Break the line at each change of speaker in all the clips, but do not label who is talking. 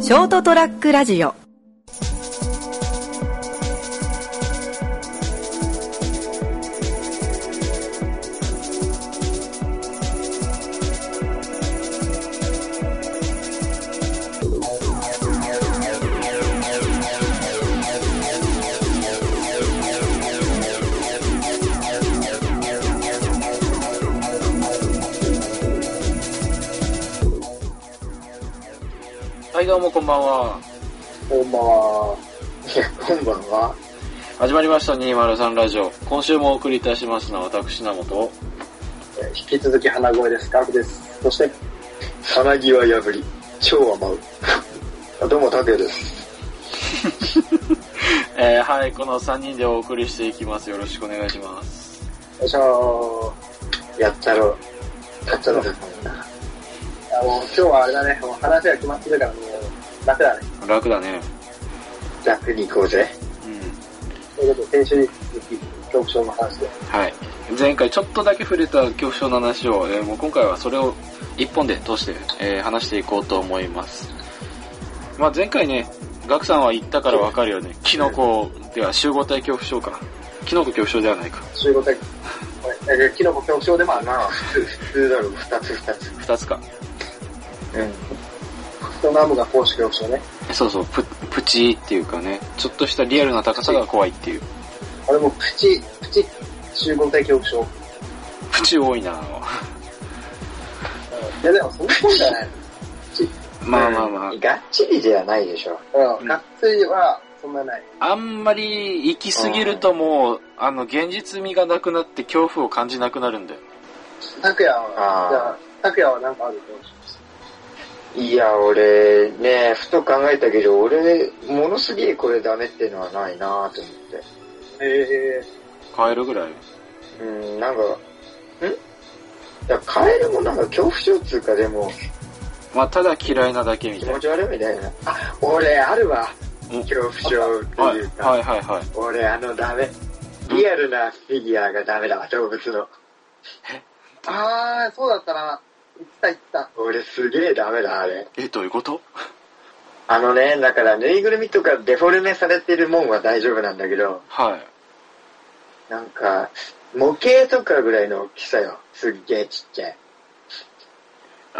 ショートトラックラジオ
はい、どうもこんばんは。
こんばんは。いや、こんばんは。
始まりました、203ラジオ。今週もお送りいたしますのは私、名本。
えー引き続き鼻声です。タフです。そして、鼻際破り、蝶は舞う。 あどうも、タケです。
えー、はい、この3人でお送りしていきます。よろしくお願いします。
よいしょー。やっちゃろう。やっちゃろう。あもう今日はあれだね、もう話が決まってるからもう楽だね。
楽だね。
楽に行こうぜ。
うん。
ということで、先週に続き、局長の話で。
はい。前回ちょっとだけ触れた恐怖症の話を、えーもう今回はそれを一本で通して、えー話していこうと思います。まあ前回ね、ガクさんは言ったからわかるよね。キノコでは集合体恐怖症か。キノコ恐怖症ではないか。
中国体、これ、えキノコ局長でもあるな。普通だろ、二つ二つ。
二つか。
うん。人のアームが公式局長ね。
そうそう、ププチっていうかね、ちょっとしたリアルな高さが怖いっていう。
俺もプチ、プチ集合体恐怖症。
プチ多いな
いやでもそんなもんじゃない。
まあまあまあ、
がっちりではないでしょ。
うん、がっつりはそんなない。
あんまり行き過ぎるともう、あの、現実味がなくなって恐怖を感じなくなるんだよ。
拓也は
あ、ー
じゃあ、拓也はなんかあると思う。
いや、俺、ね、ふと考えたけど、俺、ものすげえこれダメってのはないなと思って。
え
変えるぐらい。
うん、なんか、んいや、カエルもなんか恐怖症っつうか、でも、
まあ、ただ嫌いなだけみた
気
いな
持。ち悪いみたいな。あ、俺、あるわ。
お
恐怖症って
はい、
いうか、
はいはいはい。
俺、あの、ダメ。リアルなフィギュアがダメだわ、動物の。
ー、あー、そうだったな。言ってた言ってた。
俺、すげえダメだ、あれ。
え、どういうこと
あのね、だから、ぬいぐるみとかデフォルメされてるもんは大丈夫なんだけど、
はい。
なんか、模型とかぐらいの大きさよ。すっげえちっちゃい。
あ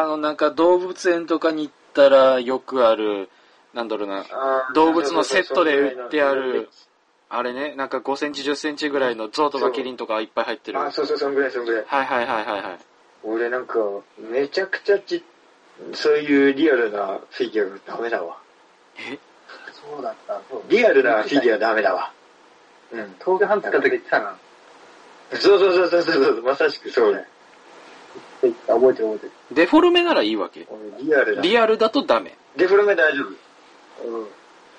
ー、あの、なんか動物園とかに行ったらよくある、なんだろうな、動物のセットで売って ある。あれね、なんか5センチ10センチぐらいの象とかキリンとかいっぱい入ってる。
あ、そうそう、そんぐらい、そんぐらい。
はいはいはいはいはい。
俺なんか、めちゃくちゃちっ、そういうリアルなフィギュアがダメだわ。
そうだった。そう
リアルなフィギュアダメだわ。うん。
東京ハンターの時言ってたな。
そうそうそうそうそうそう、まさしくそうだよ。
言ってた、覚えてる覚えてる。
デフォルメならいいわけ。
俺リアルな。
リアルだとダメ。
デフォルメ大丈夫。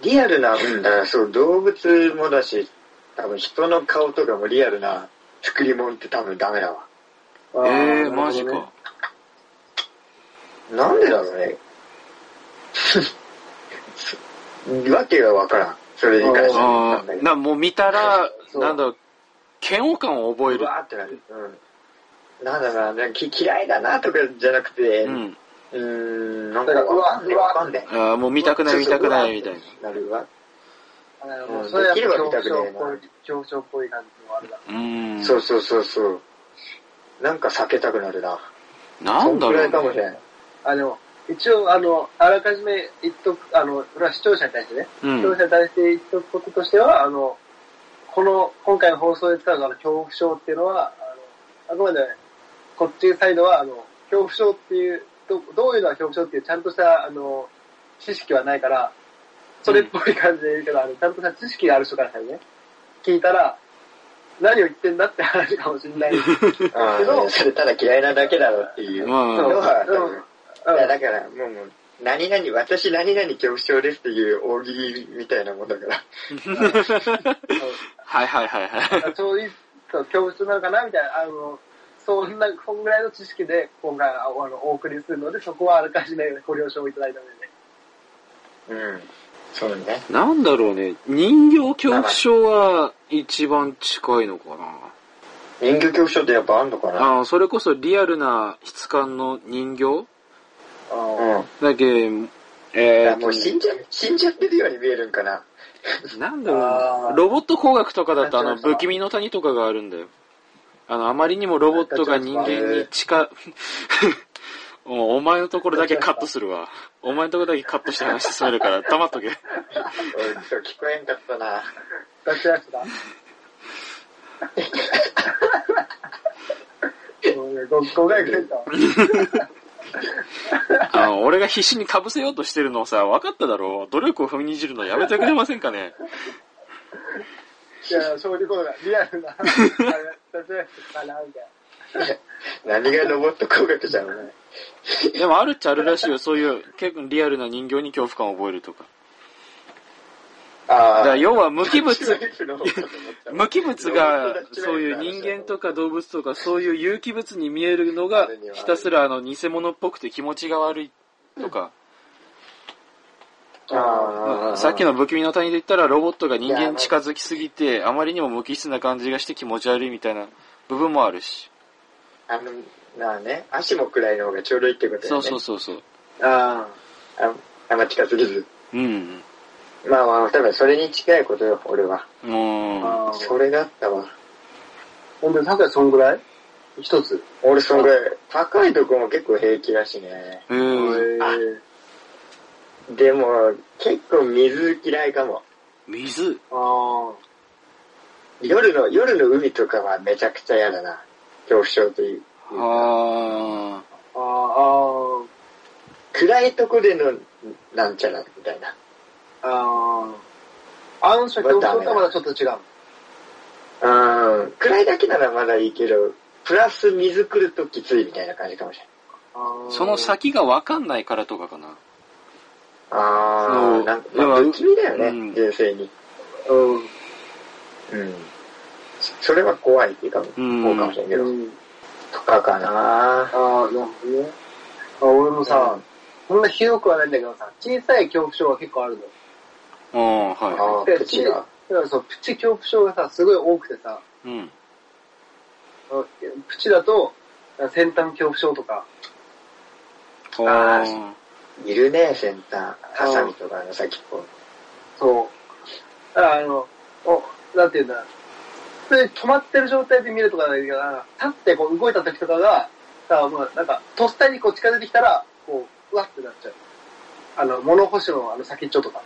リアルな、うん、だからそう、動物もだし、多分人の顔とかもリアルな作り物って多分ダメだわ。
うん。あ
えー、
なるほどね
マジか。。
なんでだろうね。 わけがわからん。それに関して
あ
は。
ー
な
な、もう見たら、
そう
なんだろう、嫌悪感を覚え
う
る。
わーってなる。うん。なんだろうな、き嫌いだなとかじゃなくて、
う。
うんーん、なんか
だからう
わ
わ
かんね
うわ
わかんね
あーもう見たくない見たくないみたいな。
なるわ。
なるほ
う
ど。
ん
それは
できれば見
恐
た
怖
くね
症
え
っぽい、恐
な
怖症っぽい感じのあれだ。
うーん。
そうそうそうそう。なんか避けたくなるな。
なんだ
そん
ろ
くら
う
いかもし
ね。
れ ない。
あ、でも、一応、あの、あらかじめ言っとく、あの、これは視聴者に対してね。
う
視聴
ん。
者に対して言っとくこととしては、あの、この、今回の放送で使うあの恐怖症っていうのは、あの、あくまで、こっちサイドは、あの、恐怖症っていう、どどういうのは恐怖症っていう、ちゃんとした、あの、知識はないから、それっぽい感じで言うけど、あの、ちゃんとした知識がある人からね、聞いたら、何を言ってんだって話かもしれ ない。うん
あ
けど
ーそれただ嫌いなだけだろっていう。
まあ
のは多
うん
分いや、だから、もうもう、何々、私何々恐怖症ですっていう大喜利みたいなもんだから。
はいはいはいはい。
あそういう、そう恐怖症なのかなみたいな、あの、そんな、こんぐらいの知識で、今回、あの、お送りするので、そこはあらかじめご了承いただいたので、ね。
うん。そうね。
なんだろうね。人形恐怖症は一番近いのかな。
人魚恐怖症ってやっぱあんのかな
あーそれこそリアルな質感の人形
あ
うん。
だけ、えー
あもう死んじゃ、死んじゃってるように見えるんかな。
なんだろう
あ
な
ー
ロボット工学とかだと、あ
な
の、
んていうの
不気味の谷とかがあるんだよ。あの、あまりにもロボットが人間に 近、もうお前のところだけカットするわ。お前のところだけカットして話進めるから、黙っとけ。
おいそう聞こえんかったな。
ガチやつだ。ごめんご誤解くれたわ。
あの、俺が必死に被せようとしてるのをさ、分かっただろう。努力を踏みにじるのやめてくれませんかね。
いや、正直こうだ。リアルな。ガチやつかな、みたい
何がロボット工学じゃん、お前
でもあるっちゃあるらしいよ。そういう、結構リアルな人形に恐怖感を覚えるとか。だ
あ
から
あ。
要は無 機物、
の方かと思った
無機物が、そういう人間とか動物とか、そういう有機物に見えるのが、ひたすらあの、偽物っぽくて気持ちが悪いとか、
ああ。
さっきの不気味の谷で言ったら、ロボットが人間に近づきすぎて、あまりにも無機質な感じがして気持ち悪いみたいな部分もあるし。
あの、まあね、足もくらいの方がちょうどいいってことだよ
そう
ね。
そうそうそう。
ああ。ああんま近すぎず。
うん。
まあまあ、多分それに近いことよ、俺は。
もう、
な。
それだったわ。
ほんで、さくらそんぐらい一つ。
俺そんぐらい、高いとこも結構平気だしね。
へー
あでも、結構水嫌いかも。
水
あ
夜の、夜の海とかはめちゃくちゃ嫌だな。恐怖症という。
あ
あ、ああ、
暗いとこでの、なんちゃら、みたいな。
ああ、あの食恐怖とはまだちょっと違う。
うん。暗いだけならまだいいけど、プラス水来るときついみたいな感じかもしれない。
あ、その先がわかんないからとかかな。
あ
そ
あ、
う
なんか、
要
ま
は
あ、不気味だよね、
うん
純粋に。
うん。
うん。それは怖いっていうか、
ん
こうかもしれんけど。
うん。
とかかな
ああ、なるほどね。あ俺もさ、
うん
そんなひどくはないんだけどさ、小さい恐怖症は結構あるの。
うん、
あ
は
あ、
で
プチが。
だからそう、プチ恐怖症がさ、すごい多くてさ、
い。うん。
あのプチだと、先端恐怖症とか、
あー
ーいるね、先端。ハサミとかの先っぽ。
そう。だからあの、お、なんていうんだ、普通に止まってる状態で見るとかないけどな、立ってこう動いた時とかが、さ、もうなんか、とっさにこう近づいてきたら、こう、うわってなっちゃう。あの、物干しのあの先っちょとか。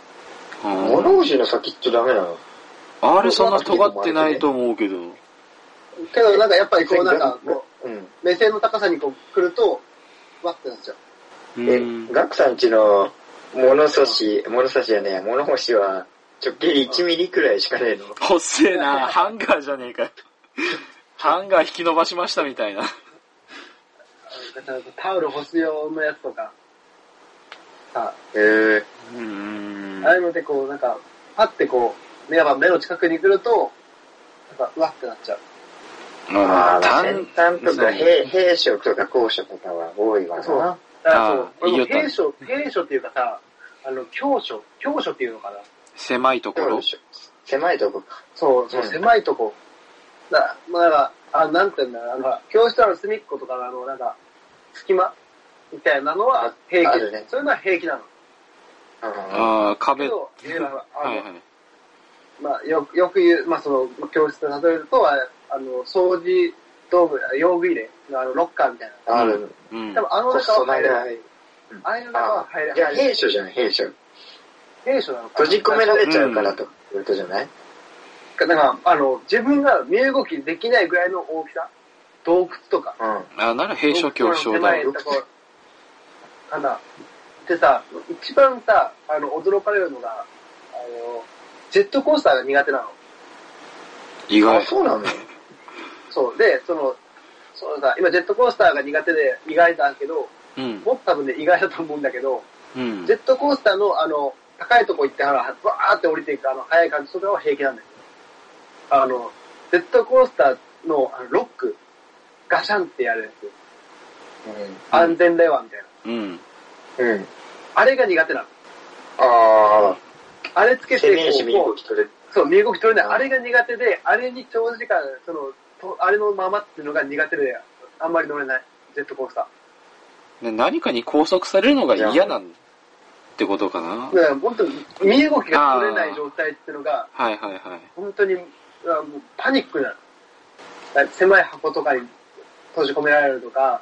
うん。
物干しの先っちょダメなの
あれそんな尖ってないと思うけど。
けどなんかやっぱりこうなんか、こう、
うん。
目線の高さにこう来ると、わってなっちゃう。
うん
え、ガクさんちの物差し、物差しやね、物干しは直径1ミリくらいしかねえの。
細えな、ハンガーじゃねえかよ。ハンガー引き伸ばしましたみたいな。
なんかタオル干す用のやつとか、さ、
へえ。
うーん
あ。あいうのでこう、なんか、パってこう、目が目の近くに来ると、なんか、うわってなっちゃう。
ああ、まあ
単
先端と
そう
か兵、兵職とか高所とかは多いわ
そう
な。
だから
あー
そう、
いい
俺
よ
も兵所、兵所っていうかさ、あの、教所、教所っていうのかな。
狭いとこ
どう
ろ
で。しょう狭いとこか。
そう、そう
うん
狭いとこ。だまあ、なんか、あ、なんて言うんだろう、あの、教室の隅っことかの、あの、なんか、隙間みたいなのは平
あ
気
るね
そういうのは平気なの。
あ
あ
あ、
け
壁。は
ど、いやあ
い
の
はい。
まあ、よく、よく言う、まあ、その、まあ教室で例えると、ああの、掃除道具、あ用具入れの、あの、ロッカーみたい
あ、ある。
うん
な。多。分、あの中は入れない。ああいう中は
あ
入れ
じゃ
な
あ
い。
兵所じゃない、兵所。
閉所なのかな
閉じ込められちゃうからとかいうことじゃない
なんか、あの、自分が身動きできないぐらいの大きさ洞窟とか。
うん。
あ、なら閉所恐怖症だ
洞窟の狭いとこかな。でさ、一番さ、あの、驚かれるのが、あの、ジェットコースターが苦手なの。
意
あ、
外。
そうなの
そう。で、その、そのさ、今ジェットコースターが苦手で意外だけど、
うん。
もっと多分ね、意外だと思うんだけど、
うん
ジ。ェットコースターの、あの、高いとこ行って、あの、バーって降りていく、あの、速い感じとかは平気なんだけど、あの、ジェットコースターの、あの、ロック、ガシャンってやるやつ、安全レバーみたいな。
うん。
うん。うん。
あれが苦手なの。
あ
あれつ
あ。
けて、
攻めし身
こ
動
う
き取れる。
そう、身動き取れない。あれが苦手で、あれに長時間、その、とあれのままっていうのが苦手で、あんまり乗れない。ジェットコースター。
ね何かに拘束されるのが嫌なんってことかな
だから本当に身動きが取れない状態っていうのが、
はいはいはい。
本当にあもうパニックになる。だから狭い箱とかに閉じ込められるとか、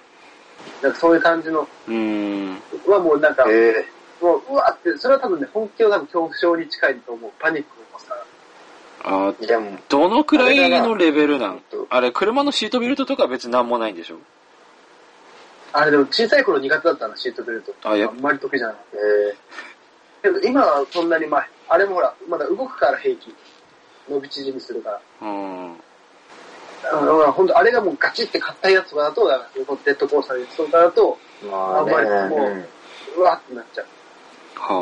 なんかそういう感じの
うーん。
はもうなんか、
え
もううわって、それは多分ね、本気の多分恐怖症に近いと思う。パニックを起こすから。
あ
ー、でも、
どのくらいのレベルな
え
ん
っと
あれ、車のシートベルトとか別になんもないんでしょ
あれでも小さい頃苦手だったな、シートベルト。
あやっ
んまり得意じゃない。
えー、
けど今はそんなにまあ、あれもほら、まだ動くから平気。伸び縮みするから。
うん。
あのほら、本当あれがもうガチって硬いやつとかだと、だからそれこそデッドコースターのやつとかだと、
まあね、
あんまりもう
うん
うわってなっちゃ
まあ、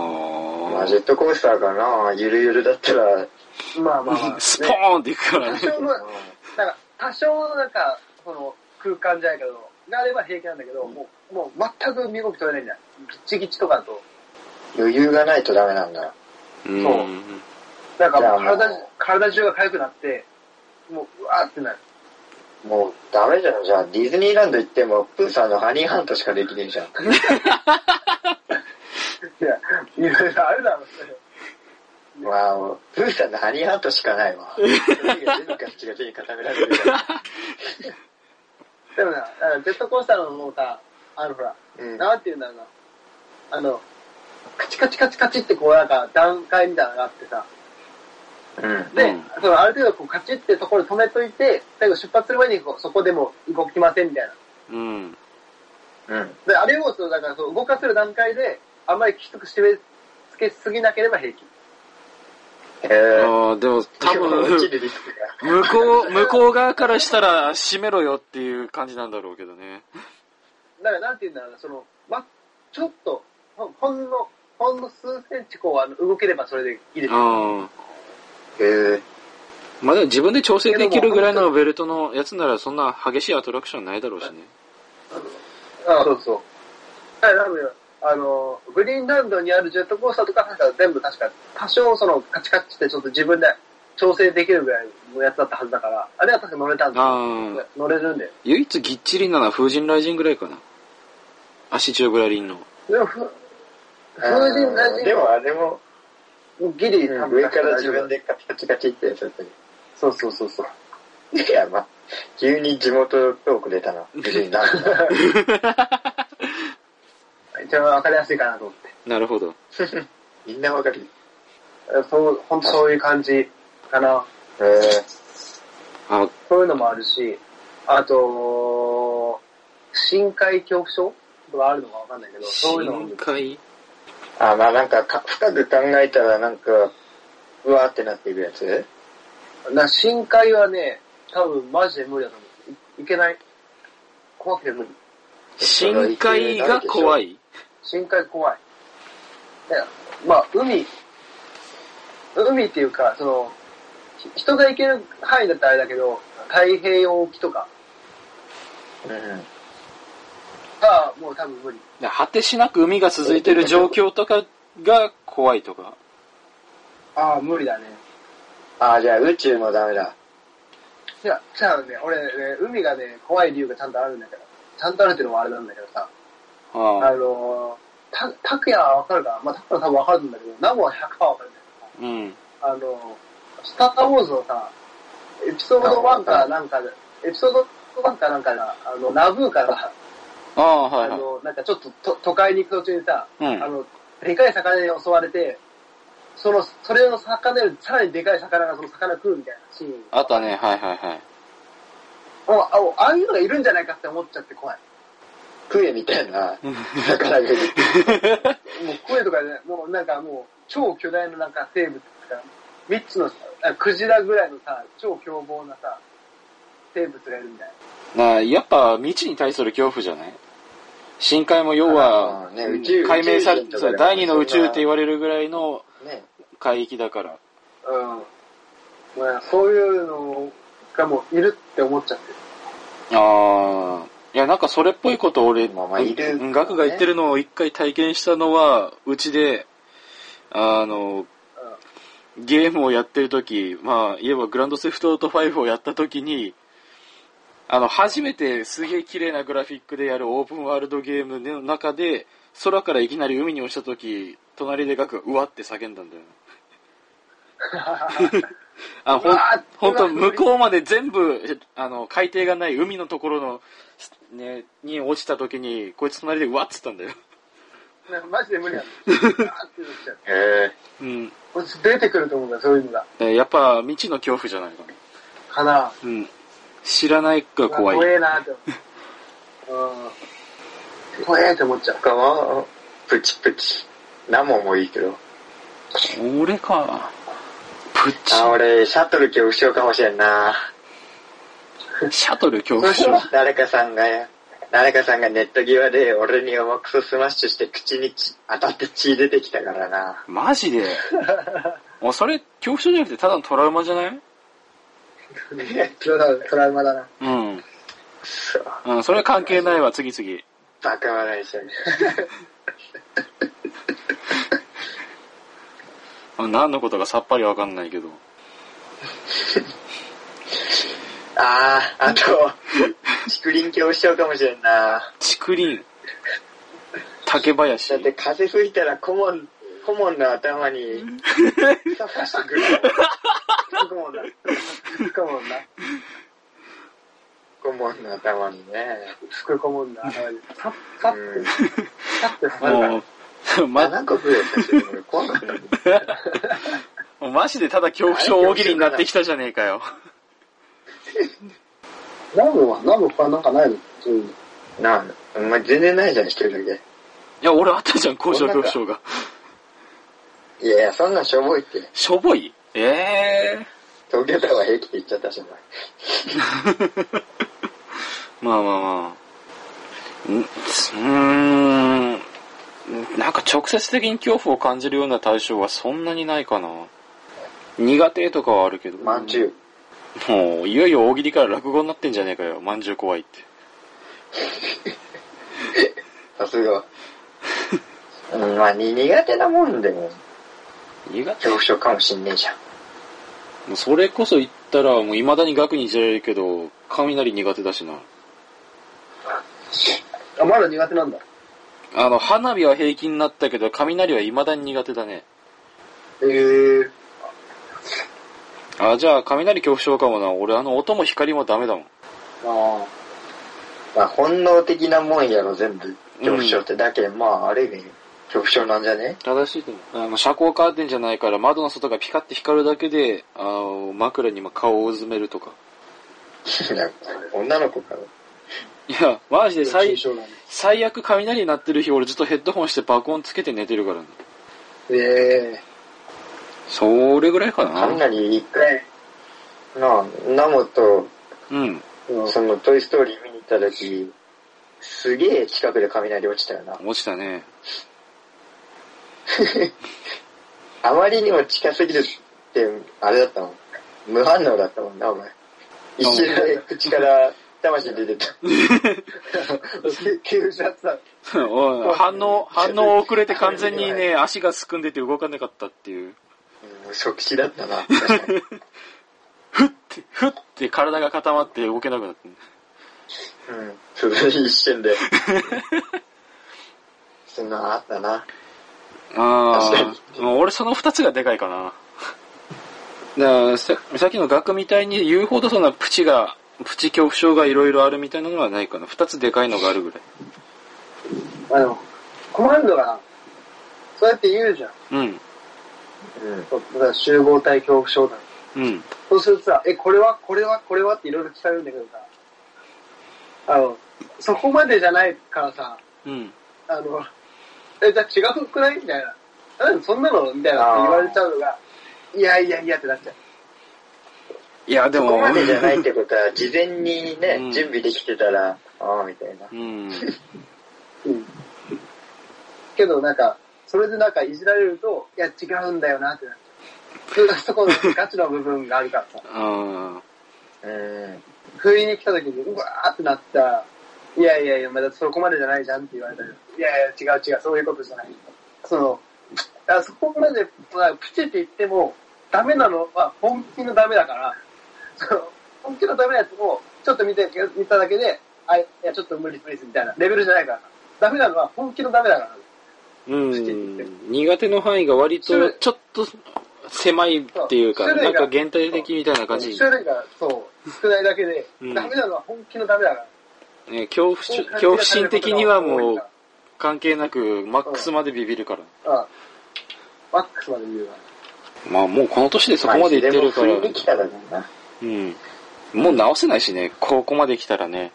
は
ジェットコースターかな、ゆるゆるだったら、
う。まあ まあまあ、
あ。
ね。
スポーンっていくから
多
ね。
少の、なんか、多少なんか、その、空間じゃないけど、があれば平気なんだけど、もう、もう全く身動き取れないんだよ。ギッチギチとかだと、
余裕がないとダメなんだ。
うん。
そうなんかもう
いや
体
もう
じ、体中が痒くなって、もう、うわーってなる。
もうダメじゃん、じゃあディズニーランド行っても、プーさんのハニーハントしかできねえじゃん。
いや、いろいろあるだろうね。
まあ、もうプーさんのハニーハントしかないわ。手 が手の形が手に固められてるから。
でもな、あのジェットコースターのもうさ、あのほら、
うん
なんていうんだろうな。あの、カチカチカチカチってこうなんか段階みたいなのがあってさ。
うん。
で、
うん
そのある程度こうカチってところで止めといて、最後出発する前にこうそこでもう動きませんみたいな。
うん。
うん。
で、あれをそうだからそう動かせる段階で、あんまりきつく締め付けすぎなければ平気。
え
あ
ー、
ーでも多
落ち
分、
るリスクが。
向こう、向こう側からしたら閉めろよっていう感じなんだろうけどね。
だからなんていうんだろうな、その、ま、ちょっと、ほほんの、ほんの数センチこうあの動ければそれでいいです。
うん。
へえ
まあでも自分で調整できるぐらいのベルトのやつならそんな激しいアトラクションないだろうしね。
あそうそう。だから多分、あの、グリーンランドにあるジェットコースターとか、なんか全部確か、多少そのカチカチってちょっと自分で調整できるぐらいのやつだったはずだから、あれは確か乗れたんだよ。
ああ。
乗れるんだよ。
唯一ぎっちりなのは風神雷神ぐらいかな。足中ぐらいりんの。
でも、ふ風神ラジ
でもあれも、
ギリ、多分
上から自分。でカチカチカチってやつだったけ
そうそうそうそう。
どいや、まあ、急に地元トーク出た な。無事になる な。
一番わかりやすいかなと思って。
なるほど。
みんなわかる。
そう、ほんとそういう感じかな。
へえ
あ、
そういうのもあるし、あと、深海恐怖症とかあるのかわかんないけど、そういうのも
深海
あ、まあなんかか深く考えたらなんか、うわーってなっていくやつ
な深海はね、多分マジで無理だと思う。いいけない。怖くて無理。
深海が怖い
深海怖い。だからまあ、海、海っていうか、その、ひ人が行ける範囲だったらあれだけど、太平洋沖とか
うん。
がもう多分無理。
で果てしなく海が続いてる状況とかが怖いとか。
ああ、無理だね。
あ、じゃあ宇宙もダメだ。
いや、じゃあね、俺ね、海がね、怖い理由がちゃんとあるんだけど、ちゃんとあるっていうのもあれなんだけどさ、あ
ああ。
のー、た、拓也はわかるかなまあ、拓也は多分わかるんだけど、ナモは100%わかるんだけど、
うん。
あの、スター・ウォーズのさ、エピソード1からなんかで、エピソード1からなんかが、あの、ナブーから、
ああ、は
あ
いはい。
の、なんかちょっとと都会に行く途中にさ、
うん
あの、でかい魚に襲われて、その、それの魚よりさらにでかい魚がその魚食うみたいなシーン。
あったね、はいはいはい。
おあおああいうのがいるんじゃないかって思っちゃって怖い。
クエみたいな魚がい
も
る。
う声とかね、もうなんかもう、超巨大ななんか生物ですから、3つのさ、あクジラぐらいのさ、超凶暴なさ、生物がいるみたいな。
なあやっぱ未知に対する恐怖じゃない深海も要は、
あーね宇宙
解明され
宇宙人とかでも
そう第二の宇
そん
宙
な
って言われるぐらいの
ね。
海域だから。
うん。まあ、そういうのがもういるって思っちゃってる。
ああ。いや、なんかそれっぽいこと俺、
まあまあいる
うんガクが言ってるのを一回体験したのは、うちで、あの、ゲームをやってる時まあ、言えばグランドセフトオート5をやった時に、あの、初めてすげえ綺麗なグラフィックでやるオープンワールドゲームの中で、空からいきなり海に落ちた時、隣でガクがうわって叫んだ んだよ。あほ
うんわー
ほんと
うわ
向
ー
こうまで全部あの海底がない海のところの、ね、に落ちた時にこいつ隣でうわっつったんだよ、
なんかマジで無理なん だよ。あーってなっちゃう
へえ。
うん、
こいつ出てくると思うんだよ、そういうのが。
でやっぱ未知の恐怖じゃないかな、
かな。
うん、知らないが怖い、
怖えなって思う。うん。怖えって思っちゃう。
他は、プチプチ。ナモもいいけど。
俺かプッ
あ、俺、シャトル恐怖症かもしれんな。
チシャトル恐怖症
誰かさんが、誰かさんがネット際で俺に重くそスマッシュして口に血当たって血出てきたからな。
マジ でもうそれ恐怖症じゃなくてただのトラウマじゃない
トラウトラウマだな。
うん、
くそ。
うん、それ関係ないわ次々
バカ笑いしちゃう。
あ何のことかさっぱりわかんないけど
あー、あと、竹林恐怖症かもしれんな。
竹林竹林
だって風吹いたら顧問、顧問の頭に、さ刺してくる。顧問だ。
つくもんな。
顧問の頭にね。
つくこもんな。頭にさっ、さっ
うん
て、さって刺され
もう、 ま、
7個増えたし、俺怖くない。
もうマジでただ恐怖症大喜利になってきたじゃねえかよ。
た。ラブは、ラブ他なんかないのそういうの。
なあ、お前全然ないじゃん、一人だけ。
いや、俺あったじゃん、交渉恐怖症が。
いやいや、そんなんしょぼいって。
しょぼいええ
東京タワー平気って言っちゃったし、お前。
まあまあまあ。んうーん。なんか直接的に恐怖を感じるような対象はそんなにないかな。苦手とかはあるけど。
まんじゅう。
もう、いよいよ大喜利から落語になってんじゃねえかよ。まんじゅう怖いって。
さすが。うん、まあ、に苦手なもんでも、
苦手
恐怖症かもしんねえじゃん。
もうそれこそ言ったら、もう未だに額にいじられるけど、雷苦手だしな。
あ、まだ苦手なんだ。
あの、花火は平気になったけど、雷は未だに苦手だね。
えー、
あ、じゃあ、雷恐怖症かもな。俺、あの、音も光もダメだもん。
あ
まあ、本能的なもんやろ、全部。恐怖症って。だけど、まあ、ある意味、恐怖症なんじゃね
正しいと思う。あの、遮光カーテンじゃないから、窓の外がピカって光るだけで、あの、枕にま顔をうずめるとか。
なんか女の子から。
いや、マジで
あ。
最
抽、象なんだ
最悪雷鳴ってる日、俺ずっとヘッドホンして爆音つけて寝てるからね。
え
それぐらいか
か
な。
なり一
ー。
回、
ね
なあ、ナモと、
うん。
うん。
その、トイストーリー見に行った時、すげえ近くで雷落ちたよな。
落ちた ね。
あまりにも近すぎるって、あれだったもん。無反応だったもんな、お前。一瞬で口から魂出 てた。
急車ってた。
おい反応、反応遅れて完全にね、足がすくんでて動かなかったっていう。
うん即死だったな。
ふって体が固まって動けなくなって。
うん。それ一瞬で。そんなのあったな。
あ
確
あ、もう俺その二つがでかいかな。 だからささっきの額みたいに言うほどそんなプチが、プチ恐怖症がいろいろあるみたいなのはないかな。二つでかいのがあるぐらい。
あの、コマンドがな、そうやって言うじゃん。
うん。
うん。
そうだから集合体恐怖症だ。
うん。
そうするとさ、え、これは、これは、これはっていろいろ聞かれるんだけどさ、あの、そこまでじゃないからさ、
うん。
あの、え、じゃあ違うくないみたいな。なんでそんなのみたいなって言われちゃうのが、いやいやいやってなっちゃう。
いや、で
そ
も、
こまでじゃないってことは、事前にね、
うん
準備できてたら、ああ、みたいな。
うん。
うん。けどなんか、それでなんかいじられると、いや違うんだよなってなっちゃう。それがそこのガチの部分があるからさ、
あ
うん。
不意に来た時にうわーってなったら、いやいやいや、まだそこまでじゃないじゃんって言われたり、いやいや違う違う、そういうことじゃない。その、あそこまで、まあ、プチって言っても、ダメなのは本気のダメだから、その本気のダメなやつも、ちょっと見て、見ただけで、あ、いや、ちょっと無理無理ですみたいなレベルじゃないから。ダメなのは本気のダメだから。
うん
好きって言って。
苦手の範囲が割
種
と
類
ちょっと狭いっていうか、
そう種
なん
類が
か限定的みたいな感じ。
種類が、そう、少ないだけで、
うん
ダメなのは本気のダメだから。
ね、恐怖
そう
し、
いう感
恐
じが
怖心的には
多
も
いうか
関係なく、マックスまでビビるから。
らうん。マックスまで言うわ。
まあもうこの年でそこまでいってるか
まあ
ら
いつでも振、りに来たらだな。
うん。もう直せないしね、ここまで来たらね。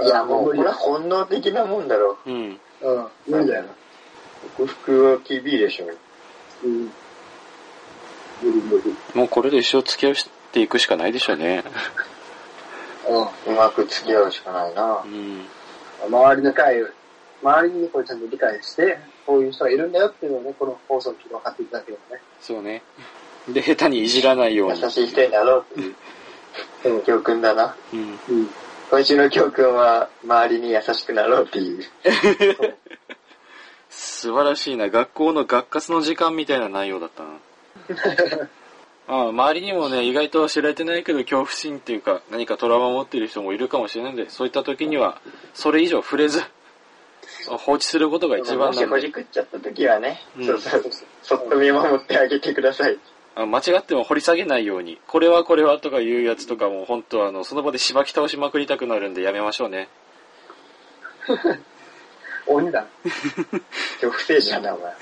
いや、もう、これは本能的なもんだろ
うん。
うん、無理だよな。
う。克服は厳しいでしょ。
うん。無理無理。うん。
もうこれで一生付き合うしていくしかないでしょうね。
うまく付き合うしかないな
う。ん。
周りの会、周りにこうちゃんと理解して、こういう人がいるんだよっていうのをね、この放送を聞いて分かっていただければね。
そうね。で、下手にいじらないように。
優しい人になろうっていう
うん。
教訓だな。
うん。
うん。
今週の教訓は、周りに優しくなろうっていう。
素晴らしいな。学校の学活の時間みたいな内容だったな。 ああ周りにもね、意外と知られてないけど恐怖心っていうか、何かトラウマを持っている人もいるかもしれないので、そういった時には、それ以上触れず、放置することが一番
もし
なん
ほ
で、
じくっちゃった時はね、
うん
そうそうそう、そっと見守ってあげてください。
あ間違っても掘り下げないように、これはこれはとかいうやつとかも、本当はあの、その場でしばき倒しまくりたくなるんでやめましょうね。
鬼だ。
恐怖性じゃな、お前。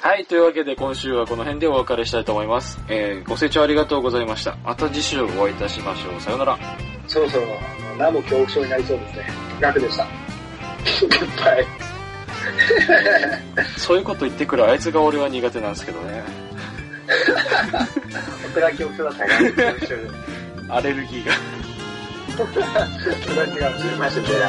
はい、というわけで今週はこの辺でお別れしたいと思います。えーご清聴ありがとうございました。また次週お会いいたしましょう。さようなら。
そろそろ、あの何も恐怖症になりそうですね。楽 でした。
グッバイ。
そういうこと言ってくるあいつが俺は苦手なんですけどね。
僕が恐怖症だったから。
アレルギーが。
僕が違う。
マジでな。